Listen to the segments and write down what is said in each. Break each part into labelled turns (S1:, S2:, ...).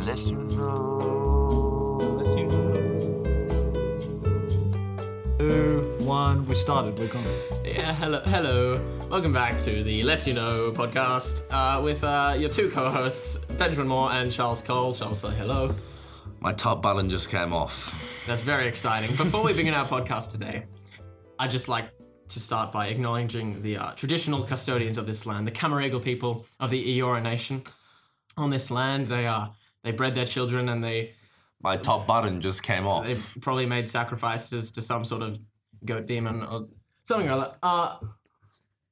S1: Sessions roll. Let's use
S2: Two, one, we started. We're gone.
S3: Yeah, hello, hello. Welcome back to the Less You Know podcast uh, with uh, your two co-hosts, Benjamin Moore and Charles Cole. Charles, say hello.
S4: My top button just came off.
S3: That's very exciting. Before we begin our podcast today, I'd just like to start by acknowledging the uh, traditional custodians of this land, the Camaragal people of the Eora Nation. On this land, they are they bred their children and they
S4: My top button just came off.
S3: they probably made sacrifices to some sort of goat demon or something or other. Uh,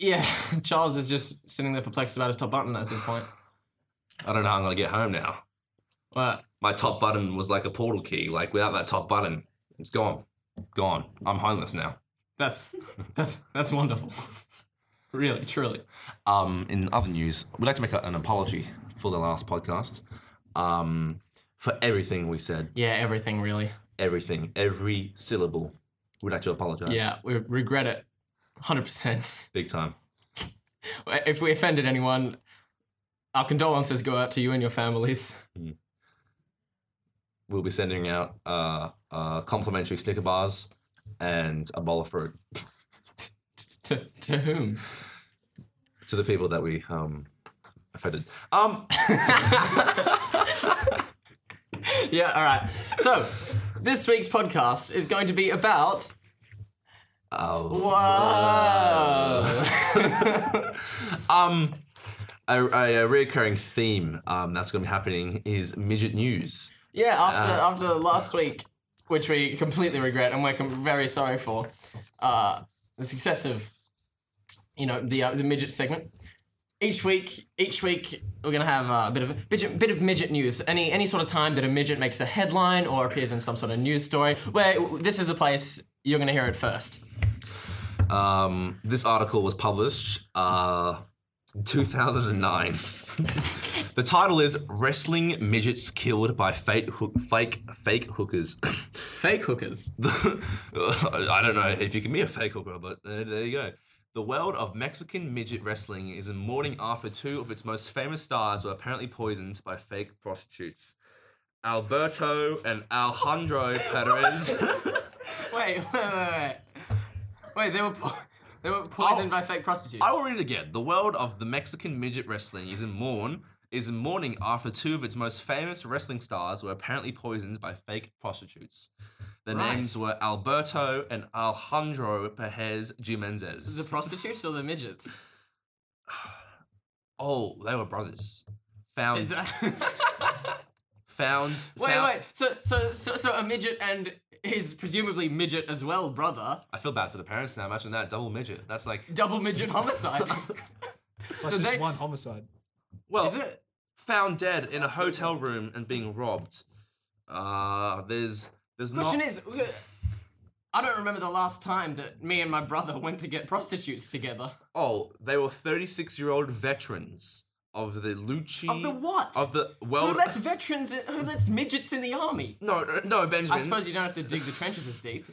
S3: yeah, Charles is just sitting there perplexed about his top button at this point.
S4: I don't know how I'm gonna get home now.
S3: Well,
S4: My top button was like a portal key. Like without that top button, it's gone. Gone. I'm homeless now.
S3: that's that's that's wonderful. really, truly.
S4: Um, in other news, we'd like to make a- an apology for the last podcast. Um, for everything we said,
S3: Yeah, everything really.
S4: everything, every syllable, we'd like to apologize.
S3: Yeah, we regret it, hundred percent.
S4: big time.
S3: If we offended anyone, our condolences go out to you and your families.
S4: We'll be sending out uh, uh, complimentary sticker bars and a bowl of fruit
S3: To to whom?
S4: to the people that we um, offended. Um,
S3: Yeah, all right. So, this week's podcast is going to be about
S4: oh.
S3: Whoa.
S4: um, a, a, a reoccurring theme um, that's going to be happening is midget news.
S3: Yeah, after after last week, which we completely regret and we're com- very sorry for, uh, the success of, you know, the uh, the midget segment. Each week, each week we're gonna have uh, a bit of midget, bit of midget news. Any any sort of time that a midget makes a headline or appears in some sort of news story, where this is the place you're gonna hear it first.
S4: Um, this article was published uh, in 2009. the title is "Wrestling Midgets Killed by Fake hook, Fake Fake Hookers."
S3: Fake hookers.
S4: I don't know if you can be a fake hooker, but there, there you go. The world of Mexican midget wrestling is in mourning after two of its most famous stars were apparently poisoned by fake prostitutes. Alberto and Alejandro Perez.
S3: Wait, wait, wait, wait. Wait, they were po- they were poisoned by fake prostitutes.
S4: I will read it again. The world of the Mexican midget wrestling is in mourn is in mourning after two of its most famous wrestling stars were apparently poisoned by fake prostitutes. Their
S3: Right.
S4: names were Alberto and Alejandro Perez Jimenez.
S3: the prostitutes or the midgets?
S4: Oh, they were brothers. Found,
S3: Is that-
S4: found.
S3: Wait,
S4: found-
S3: wait. So, so, so, so a midget and his presumably midget as well, brother.
S4: I feel bad for the parents now. Imagine that double midget. That's like
S3: Double midget homicide.
S2: That's just
S3: they-
S2: one homicide.
S4: well,
S3: Is it?
S4: found dead in a hotel room and being robbed. Uh, there's there's
S3: Question
S4: not.
S3: is, I don't remember the last time that me and my brother went to get prostitutes together.
S4: oh, they were 36 year old veterans of the Lucci
S3: Of the what?
S4: of the well.
S3: Who lets veterans? In, who lets midgets in the army?
S4: no, no, no, Benjamin.
S3: I suppose you don't have to dig the trenches as deep.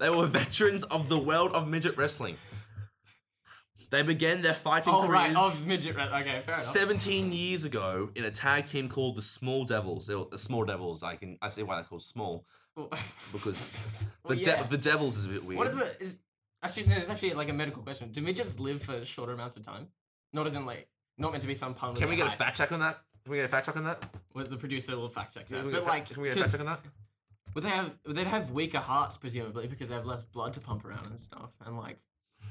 S4: They were veterans of the world of midget wrestling. They began their fighting
S3: Oh
S4: careers.
S3: right, of midget. Re- okay, fair enough.
S4: 17 years ago in a tag team called the Small Devils. They were- The Small Devils, I can I see why they're called small because the de-
S3: yeah.
S4: the Devils is a bit weird.
S3: what is it? Is actually, no, it's actually like a medical question. Do midgets live for shorter amounts of time? Not as in like, not meant to be some pun. with
S4: Can we get
S3: their
S4: a
S3: height.
S4: fact check on that? Can we get a fact check on that?
S3: Well, the producer will fact check
S4: Can
S3: that.
S4: we get a
S3: But
S4: fact-
S3: like,
S4: can we get a fact
S3: 'cause
S4: check on that?
S3: would they have would they have weaker hearts presumably because they have less blood to pump around and stuff? And like,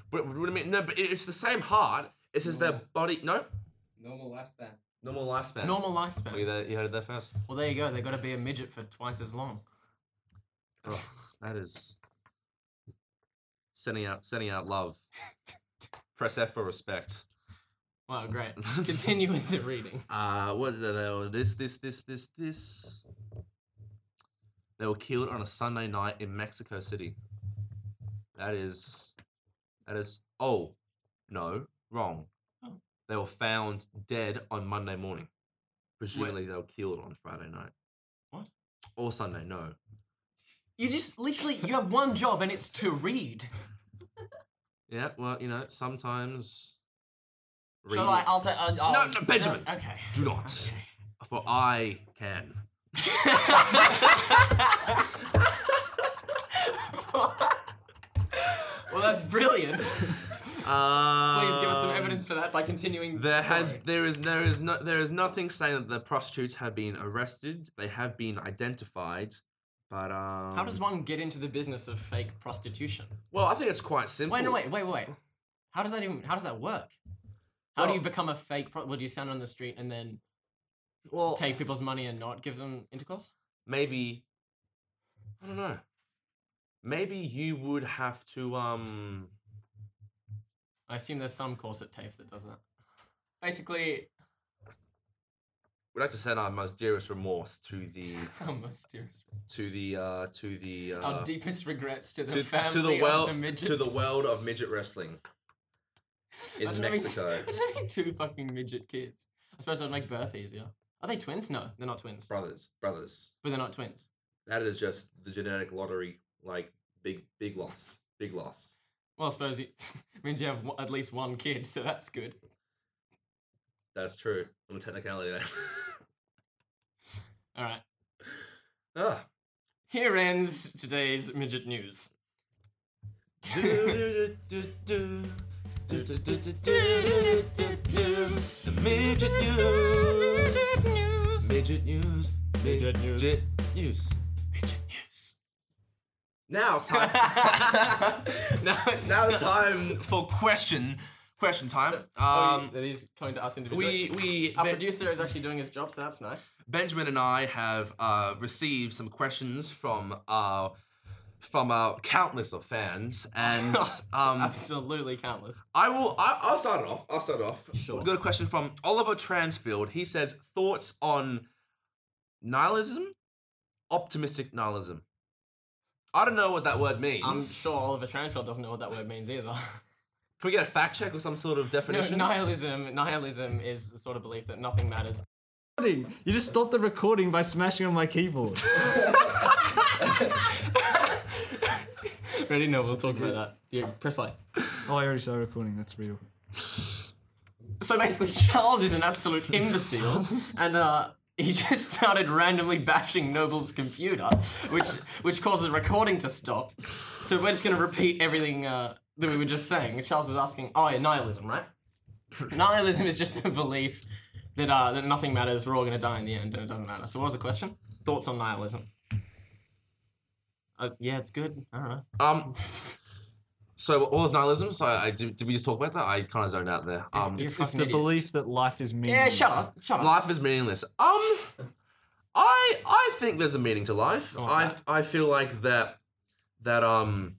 S4: What, what do you mean? No, but it- it's the same heart. It's just their body. No,
S5: Normal lifespan.
S4: normal lifespan.
S3: normal
S4: You
S3: lifespan.
S4: there- you heard it there first.
S3: Well, there you go. They got to be a midget for twice as long.
S4: Oh, that is sending out sending out love. Press F for respect.
S3: Wow, great. Continue with the reading.
S4: uh what is it uh, this this this this this they were killed on a sunday night in mexico city that is that is oh no wrong
S3: Oh.
S4: they were found dead on monday morning presumably they were killed on friday night
S3: What?
S4: or sunday no
S3: You just literally you have one job and it's to read.
S4: yeah well you know sometimes
S3: So like, I'll take. I'll, I'll,
S4: No, no, Benjamin.
S3: Okay.
S4: Do not. For I can.
S3: Well, that's brilliant. Please
S4: Um,
S3: give us some evidence for that by continuing.
S4: There
S3: the story.
S4: has there is there is no there is nothing saying that the prostitutes have been arrested. They have been identified, but um.
S3: How does one get into the business of fake prostitution?
S4: Well, I think it's quite simple.
S3: Wait, no, wait, wait, wait. How does that even? How does that work? How do
S4: Well-
S3: you become a fake? Pro- well, do you stand on the street and then
S4: Well,
S3: take people's money and not give them intercourse?
S4: maybe I don't know. Maybe you would have to um.
S3: I assume there's some course at TAFE that does that. Basically,
S4: We'd have to send our most dearest remorse to the
S3: our most dearest,
S4: to the uh to the uh,
S3: our deepest regrets to the
S4: to,
S3: family
S4: to the world
S3: of the midgets.
S4: to the world of midget wrestling in
S3: Imagine having-
S4: Mexico,
S3: Imagine having two fucking midget kids. I suppose that'd make birth easier. Are they twins? No, they're not twins.
S4: brothers, brothers.
S3: But they're not twins.
S4: That is just the genetic lottery, like big big loss, big loss.
S3: Well, I suppose it means you have one, at least one kid, so that's good.
S4: That's true. On a technicality, there.
S3: All right.
S4: ah.
S3: Here ends today's midget news.
S4: The midget news. Midget news. Midget news. Midget news.
S3: Midget news.
S4: Now it's time.
S3: now it's
S4: now it's time for question question time.
S3: Um,
S4: Um,
S3: he's coming to us individually.
S4: we we
S3: Our
S4: Ben-
S3: producer is actually doing his job, so that's nice.
S4: Benjamin and I have uh, received some questions from our from our countless of fans, and um,
S3: Absolutely countless.
S4: I will. I, I'll start it off. I'll start it off.
S3: Sure.
S4: We've got a question from Oliver Transfield. He says thoughts on nihilism, optimistic nihilism. I don't know what that word means.
S3: I'm sure Oliver Tranfield doesn't know what that word means either.
S4: Can we get a fact check or some sort of
S3: No,
S4: definition?
S3: nihilism. Nihilism is the sort of belief that nothing matters.
S2: Recording. You just stopped the recording by smashing on my keyboard.
S3: Ready? No, we'll talk about that. Yeah, press play.
S2: oh, I already started recording. That's real.
S3: So basically, Charles is an absolute imbecile, and uh, he just started randomly bashing Noble's computer, which which caused the recording to stop. So we're just gonna repeat everything uh, that we were just saying. Charles was asking, "Oh, yeah, nihilism, right? nihilism is just the belief that uh, that nothing matters. We're all gonna die in the end, and it doesn't matter." So what was the question? Thoughts on nihilism? Uh, yeah, it's good. I don't know.
S4: Um. So what was nihilism? So I did, did we just talk about that? I kind of zoned out there. Um,
S3: You're a
S2: It's
S3: fucking
S2: the
S3: idiot.
S2: belief that life is
S3: Yeah,
S2: meaningless.
S3: shut up. Shut up.
S4: life is meaningless. Um, I I think there's a meaning to life.
S3: What's
S4: I
S3: that?
S4: I feel like that that um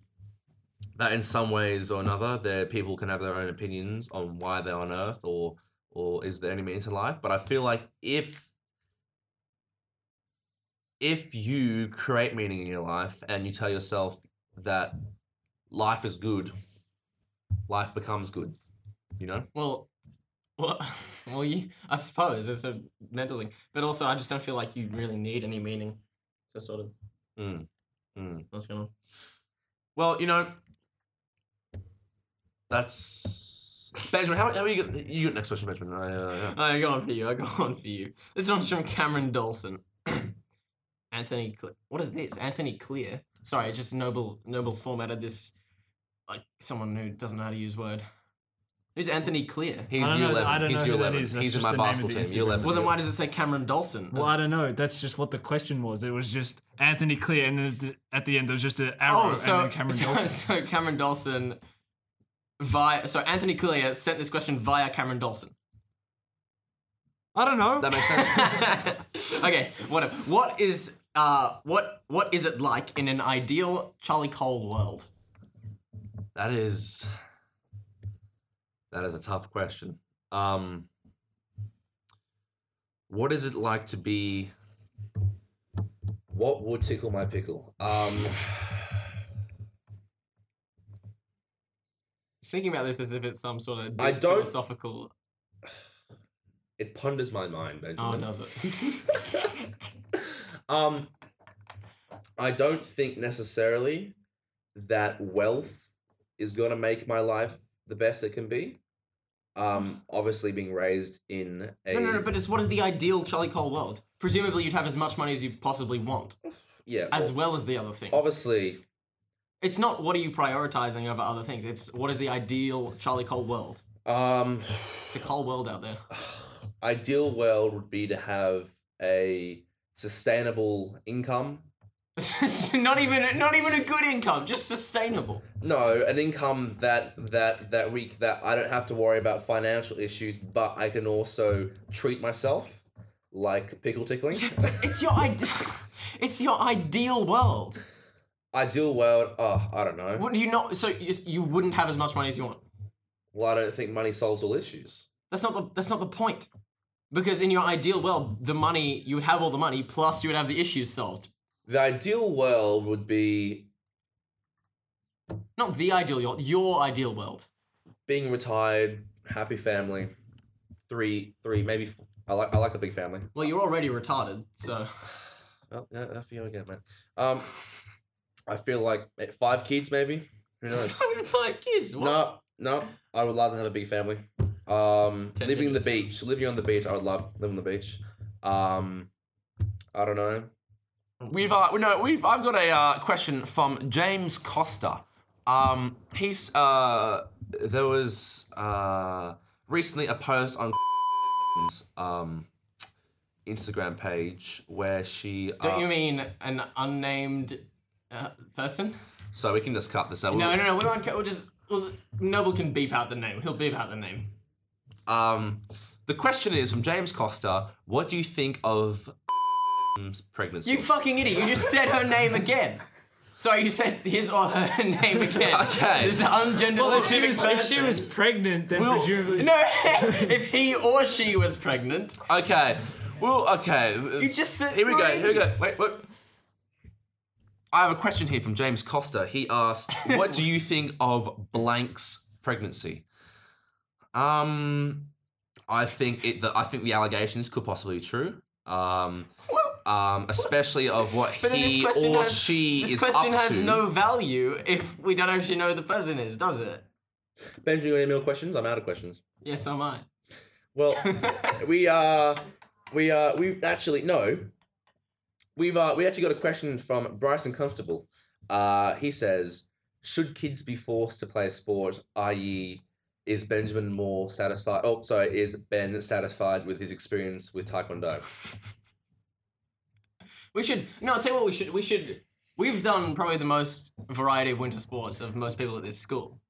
S4: that in some ways or another, there people can have their own opinions on why they're on Earth or or is there any meaning to life. But I feel like if if you create meaning in your life and you tell yourself that life is good, life becomes good. You know.
S3: Well, well, well you, I suppose it's a mental thing, but also I just don't feel like you really need any meaning to sort of
S4: Mm. Mm.
S3: what's going on.
S4: Well, you know, that's Benjamin. How, how are you? Get, you got next question, Benjamin. I, uh, yeah.
S3: I got one Oh, for you. I got one for you. This one's from Cameron Dawson. Anthony, Cle- what is this? Anthony Clear. Sorry, it's just noble noble formatted this like someone who doesn't know how to use word. Who's Anthony Clear?
S4: He's
S2: I don't
S4: year
S2: know- I
S4: eleven.
S2: don't
S4: He's
S2: know
S4: year
S2: who that
S4: eleven.
S2: is, that's
S4: He's in my
S2: just the name of
S4: basketball
S2: the
S4: team.
S2: Instagram.
S4: Year eleven.
S3: Well, then why does it say Cameron Dawson?
S2: Well, I don't know. That's just what the question was. It was just Anthony Clear, and then at the- at the end there was just an arrow,
S3: Oh, so,
S2: and then Cameron
S3: so,
S2: Dawson.
S3: so Cameron Dawson via so Anthony Clear sent this question via Cameron Dawson.
S2: I don't know.
S4: that makes sense.
S3: okay, whatever. What is uh what what is it like in an ideal Charlie Cole world?
S4: that is that is a tough question. Um, what is it like to be? What would tickle my pickle? Um,
S3: Thinking about this as if it's some sort of
S4: I
S3: deep
S4: don't-
S3: philosophical.
S4: it ponders my mind,
S3: Oh,
S4: Benjamin.
S3: does it?
S4: um, I don't think necessarily that wealth is going to make my life the best it can be. um, obviously being raised in a
S3: Hmm. No, no, no, but it's what is the ideal Charlie Cole world? Presumably, you'd have as much money as you possibly want,
S4: yeah,
S3: as
S4: well,
S3: well as the other things.
S4: obviously
S3: It's not what are you prioritizing over other things, it's what is the ideal Charlie Cole world.
S4: um,
S3: It's a Cole world out there.
S4: ideal world would be to have a sustainable income.
S3: not even not even a good income, just sustainable.
S4: No, an income that that that week that I don't have to worry about financial issues, but I can also treat myself like pickle tickling.
S3: It's your ide- it's your ideal world.
S4: ideal world, oh, I don't know.
S3: What do you not so you, you wouldn't have as much money as you want.
S4: Well, I don't think money solves all issues.
S3: That's not the that's not the point. Because in your ideal world, the money you would have all the money plus you would have the issues solved.
S4: The ideal world would be
S3: Not the ideal world, your ideal world.
S4: being retired, happy family, three, three, maybe. Four. I like, I like a big family.
S3: Well, you're already retarded, so
S4: Well, yeah, I feel again, man. Um, I feel like eh, five kids, maybe. Who knows?
S3: I'm gonna five kids. What?
S4: no, no. I would love to have a big family. Um,
S3: Ten
S4: living on the
S3: digits.
S4: beach, living on the beach. I would love living on the beach. Um, I don't know. We've uh, no, we've. I've got a uh, question from James Costa. Um, he's uh, there was uh recently a post on um Instagram page where she. Uh,
S3: Don't you mean an unnamed uh, person?
S4: so we can just cut this out.
S3: No, no, no. We won't. We'll just. Well, Noble can beep out the name. He'll beep out the name.
S4: Um, the question is from James Costa. What do you think of pregnancy?
S3: You fucking idiot! You just said her name again. Sorry, you said his or her name again.
S4: Okay.
S3: This ungender
S2: Well, if she
S3: specific
S2: was, if she
S3: person.
S2: was pregnant, then
S3: Well,
S2: presumably.
S3: no, if he or she was pregnant,
S4: okay. Well, okay.
S3: you just said.
S4: Here we go. Here we go. Wait, what? I have a question here from James Costa. He asked, "What do you think of blank's pregnancy?" Um, I think it. The, I think the allegations could possibly be true. Um, um, especially of what
S3: But then
S4: he
S3: this question
S4: or
S3: has,
S4: she
S3: this
S4: is
S3: question
S4: up
S3: has
S4: to.
S3: no value if we don't actually know who the person is, does it?
S4: Benjamin, you got any more questions? I'm out of questions.
S3: Yes, I might.
S4: Well, we uh we uh we actually no. We've uh we actually got a question from Bryson Constable. Uh he says, should kids be forced to play a sport, i.e. is Benjamin more satisfied oh sorry, is Ben satisfied with his experience with Taekwondo?
S3: We should no. I'll tell you what. We should. We should. We've done probably the most variety of winter sports of most people at this school.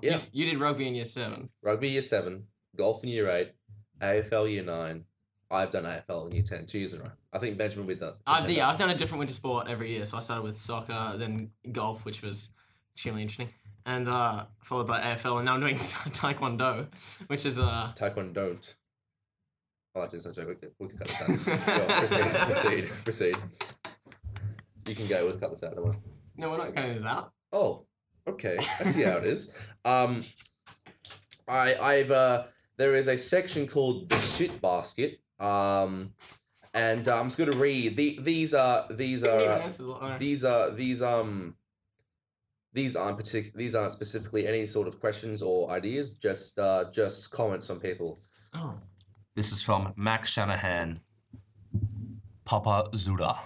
S4: Yeah.
S3: You did rugby in year seven.
S4: Rugby year seven, golf in year eight, AFL year nine. I've done AFL in year ten, two years in a row. I think Benjamin with that.
S3: I've yeah, I've done a different winter sport every year. So I started with soccer, then golf, which was extremely interesting, and uh, followed by AFL, and now I'm doing taekwondo, which is uh.
S4: Taekwondo don't. Oh, that's inside joke. Okay, We can cut this out. Go on, proceed, proceed, proceed. You can go. We'll cut this out. Don't worry.
S3: No, we're not cutting this out.
S4: Oh, okay. I see how it is. Um, I I've uh, there is a section called the shit basket. Um, and uh, I'm just gonna read the these are these
S3: Didn't
S4: are.
S3: even
S4: uh,
S3: answer the- alright.
S4: these are these um these aren't partic- these aren't specifically any sort of questions or ideas just uh just comments from people
S3: Oh.
S4: this is from max shanahan papa zuda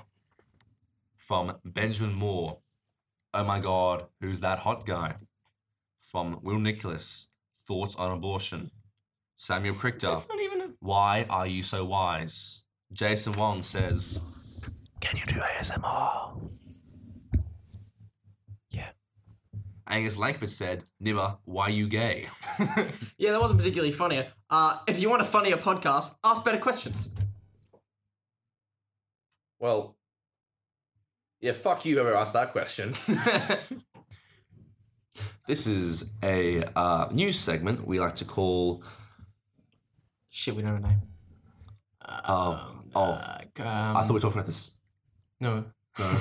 S4: from benjamin moore oh my god who's that hot guy from will nicholas thoughts on abortion samuel prichter
S3: That's not even a.
S4: why are you so wise? Jason Wong says, Can you do ASMR? Yeah. Angus Langford said, Nibba, why you gay?
S3: Yeah, that wasn't particularly funnier. Uh, if you want a funnier podcast, ask better questions.
S4: Well, yeah, fuck you whoever asked that question. this is a uh, news segment we like to call.
S3: Shit, we don't know. her name.
S4: Uh, oh,
S3: Uh, um,
S4: I thought we were talking about this.
S3: No. Um,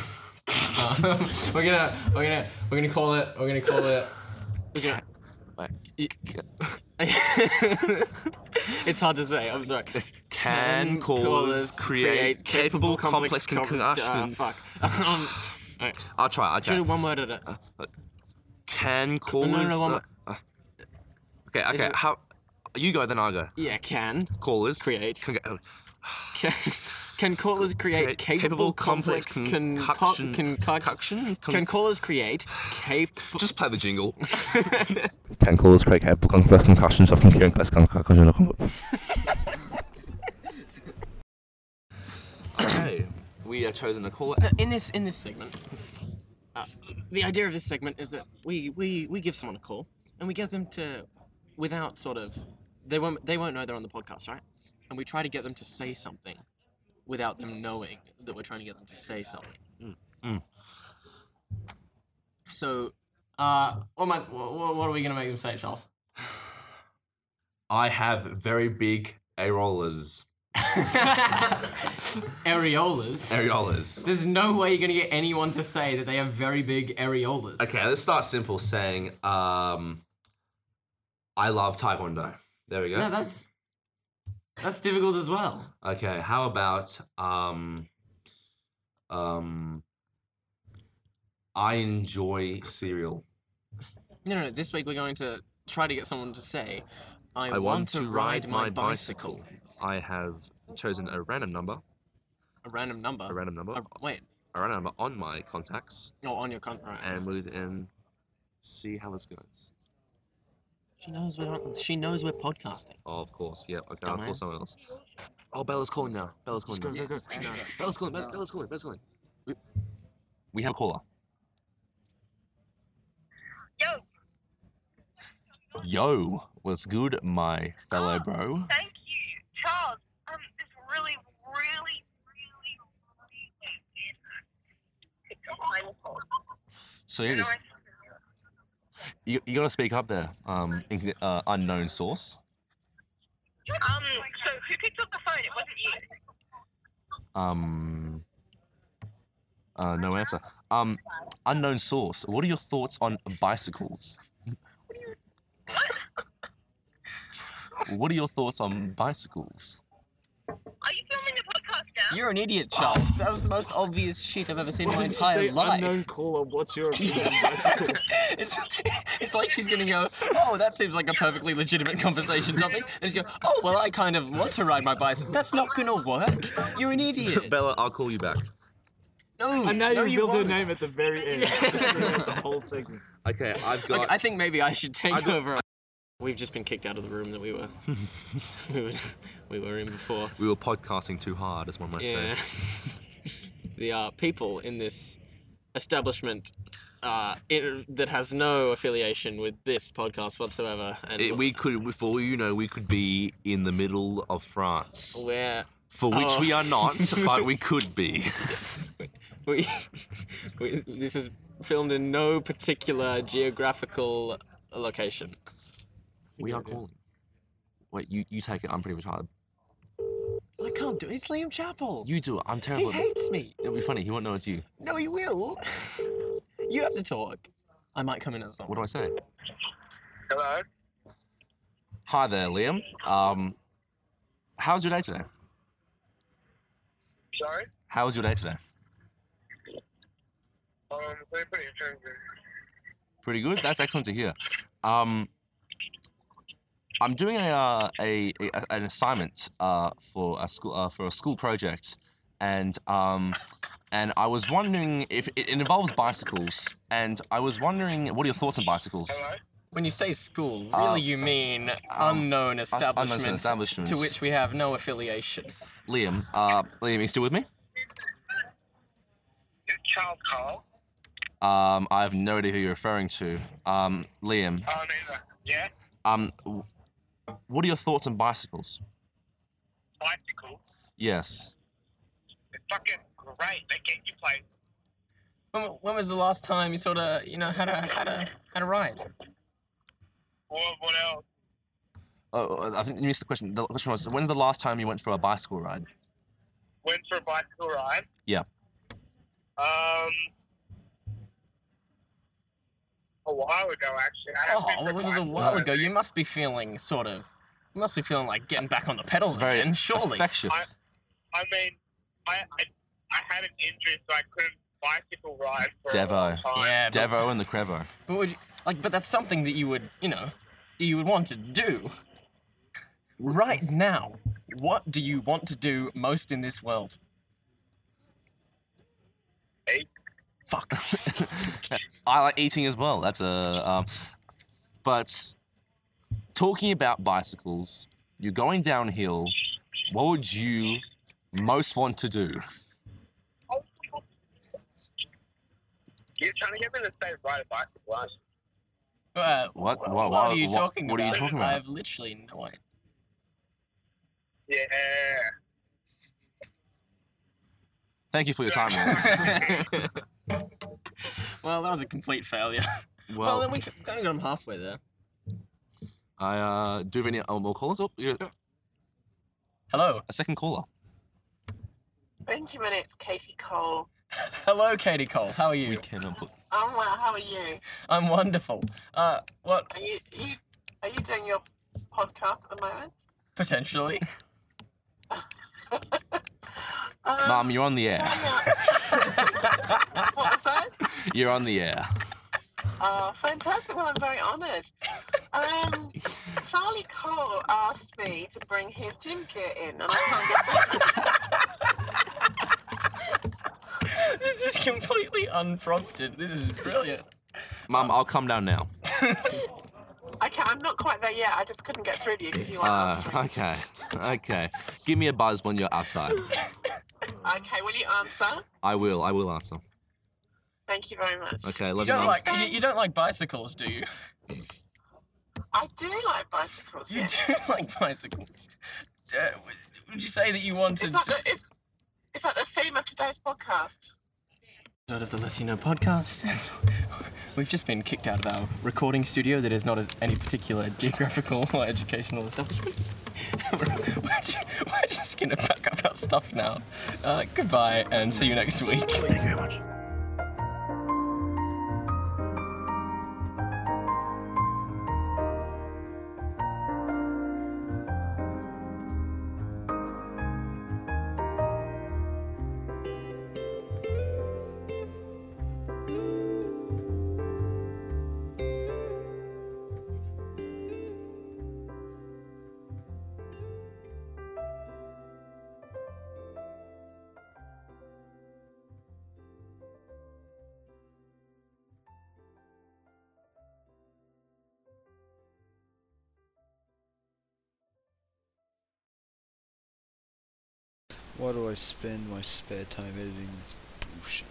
S3: we're gonna we're gonna we're gonna call it we're gonna call it. it's hard to say. I'm sorry.
S4: Can callers create capable complex uh, concussion?
S3: fuck. um,
S4: I'll try. Okay.
S3: one word
S4: Uh.
S3: at it.
S4: Can callers?
S3: no, one
S4: uh, uh, okay, okay. How You go, then I go.
S3: Yeah, can.
S4: Callers.
S3: Create.
S4: Can, uh, go-
S3: Can, can callers create capable, complex,
S4: con- concoction-
S3: concoction?
S4: concoction? Con-
S3: can callers create capable?
S4: Just play the jingle. Can callers create capable complex concussions of concurrent complex concussion? Okay, we have chosen a caller.
S3: in this in this segment, uh, the idea of this segment is that we, we we give someone a call and we get them to, without sort of, they won't they won't know they're on the podcast, right? And we try to get them to say something, without them knowing that we're trying to get them to say something. So, uh, what, am I, what, what are we gonna make them say, Charles?
S4: I have very big areolas.
S3: Areolas.
S4: Areolas.
S3: There's no way you're gonna get anyone to say that they have very big areolas.
S4: Okay, let's start simple saying, um, I love Taekwondo. There we go.
S3: No, that's that's difficult as well.
S4: Okay, how about um um I enjoy cereal.
S3: No, no, no. This week we're going to try to get someone to say, "I,
S4: I want to ride my bicycle. I have chosen a random number,
S3: A random number.
S4: a random number,
S3: Oh, A- wait.
S4: a random number on my contacts,
S3: No, on your con. Right.
S4: and we'll then see how this goes.
S3: She knows we're not, she knows we're podcasting.
S4: Oh, of course, yeah. Okay, I'll call
S3: Dumbass.
S4: someone else. Oh, Bella's calling now. Bella's calling now.
S3: go, go.
S4: No, no. Bella's calling. Bella- Bella's calling. Bella's calling. We have a caller.
S5: Yo,
S4: Yo, what's good, my fellow bro?
S5: thank you, Charles. Um, this really, really, really, really is time call.
S4: So you just you, you gotta speak up there. Um, in, uh, unknown source.
S5: Um, so who picked up the phone? It wasn't you.
S4: Um, uh, no answer. Um, unknown source. What are your thoughts on bicycles? what are your thoughts on bicycles?
S5: Are you filming the podcast now?
S3: You're an idiot, Charles. That was the most obvious shit I've ever seen in my entire life.
S1: unknown caller, what's your opinion on bicycles?
S3: It's, it's like she's gonna go, oh, that seems like a perfectly legitimate conversation topic, and she's go, oh, well, I kind of want to ride my bicycle. That's not gonna work. You're an idiot.
S4: I'll call you back.
S3: no,
S1: And now
S3: no,
S1: you,
S3: you
S1: build her
S3: won't.
S1: name at the very end. Just throughout the whole segment.
S4: Okay, I've got.
S3: Okay, I think maybe I should take
S4: I got-
S3: over. We've just been kicked out of the room that we were we were, we were in before.
S4: we were podcasting too hard, as one might
S3: Yeah.
S4: say.
S3: the uh, people in this establishment uh, in, that has no affiliation with this podcast whatsoever, and
S4: It- we could, for all you know, we could be in the middle of France,
S3: we're
S4: for which
S3: Oh.
S4: we are not, but we could be.
S3: we, we this is filmed in no particular geographical location.
S4: We are calling. Wait, you, you take it. I'm pretty retarded.
S3: I can't do it. It's Liam Chapel.
S4: You do it. I'm
S3: he
S4: terrible. at it.
S3: hates me.
S4: It'll be funny. He won't know it's you.
S3: No, he will. you have to talk. I might come in as
S4: What
S3: someone.
S4: do I say?
S5: Hello.
S4: Hi there, Liam. Um, how's your day today?
S5: Sorry.
S4: How was your day today?
S5: Um, pretty pretty interesting.
S4: Pretty good. That's excellent to hear. Um, I'm doing a, uh, a, a an assignment uh, for a school uh, for a school project, and um, and I was wondering if it involves bicycles, and I was wondering what are your thoughts on bicycles?
S3: When you say school,
S4: Uh,
S3: really you mean
S4: um,
S3: unknown
S4: unknown
S3: establishments,
S4: establishments.
S3: to which we have no affiliation.
S4: Liam, uh, Liam, are you still with me?
S5: It's Charles Cole.
S4: Um, I have no idea who you're referring to. Um, Liam,
S5: Oh, neither. Yeah.
S4: um, w- what are your thoughts on bicycles?
S5: Bicycle.
S4: Yes.
S5: It's fucking great. They get you place.
S3: When, when was the last time you sort of, you know, had a had a had a ride?
S5: What, what else?
S4: Oh, I think you missed the question. The question was, when's the last time you went for a bicycle ride?
S5: Went for a bicycle ride.
S4: Yeah.
S5: Um, a while ago, actually. I
S3: Oh,
S5: haven't been
S3: well,
S5: for
S3: it was a
S5: bicycle
S3: while
S5: ride.
S3: ago. You must be feeling sort of, you must be feeling like getting back on the pedals
S4: Very
S3: again. Surely.
S4: infectious.
S5: I- I mean, I, I I had an injury, so I couldn't bicycle ride for a long
S4: Devo.
S5: time.
S3: Yeah, but,
S4: Devo and the Crevo.
S3: but would you, like, but that's something that you would, you know, that you would want to do. right now, what do you want to do most in this world?
S5: Hey.
S3: Fuck.
S4: I like eating as well. That's a. Um, but talking about bicycles, you're going downhill. What would you most want to do?
S5: You're trying to get me to say ride a bicycle, aren't you?
S6: Uh,
S4: What-
S6: wh-
S4: what-
S6: What,
S4: what-
S6: are you
S4: what-
S6: talking
S4: what are
S6: about?
S4: you talking about?
S6: I have literally no idea.
S5: Yeah.
S4: Thank you for your time. Will.
S6: Well, that was a complete failure. Well, then we kind of got him halfway there.
S4: I uh, do have any uh, more callers? Oh, yeah,
S3: Hello.
S4: a second caller.
S7: Benjamin, it's Katie Cole.
S3: Hello, Katie Cole. How are you?
S4: Cannot put-
S7: I'm well. How are you?
S3: I'm wonderful. Uh, what?
S7: Are you, you are you doing your podcast at the moment?
S3: Potentially.
S7: Um,
S4: Mom, you're on the air.
S7: what was that?
S4: You're on the air.
S7: Oh, fantastic! Well, I'm very honoured. Um, Charlie Cole asked me to bring his gym gear in, and I can't get that.
S3: this is completely unprompted. This is brilliant.
S4: Mom, I'll come down now.
S7: Okay, I'm not quite there yet. I just couldn't get through to you because you weren't
S3: Ah,
S4: Uh,
S7: answering.
S4: okay, okay. Give me a buzz when you're outside.
S7: Okay, will you answer?
S4: I will. I will answer.
S7: Thank you very much.
S4: Okay,
S3: You
S4: love you,
S3: don't
S4: Mom.
S3: like you, you don't like bicycles, do you?
S7: I do like bicycles.
S3: You
S7: yeah.
S3: do like bicycles. Uh, would- would you say that you
S7: Is
S3: wanted?
S7: that the, is, is that the theme of today's podcast?
S3: episode of the Let You Know podcast. We've just been kicked out of our recording studio that is not as any particular geographical or educational establishment. we're, we're ju- we're just gonna pack up our stuff now. Uh, goodbye and see you next week.
S8: Why do I spend my spare time editing this bullshit?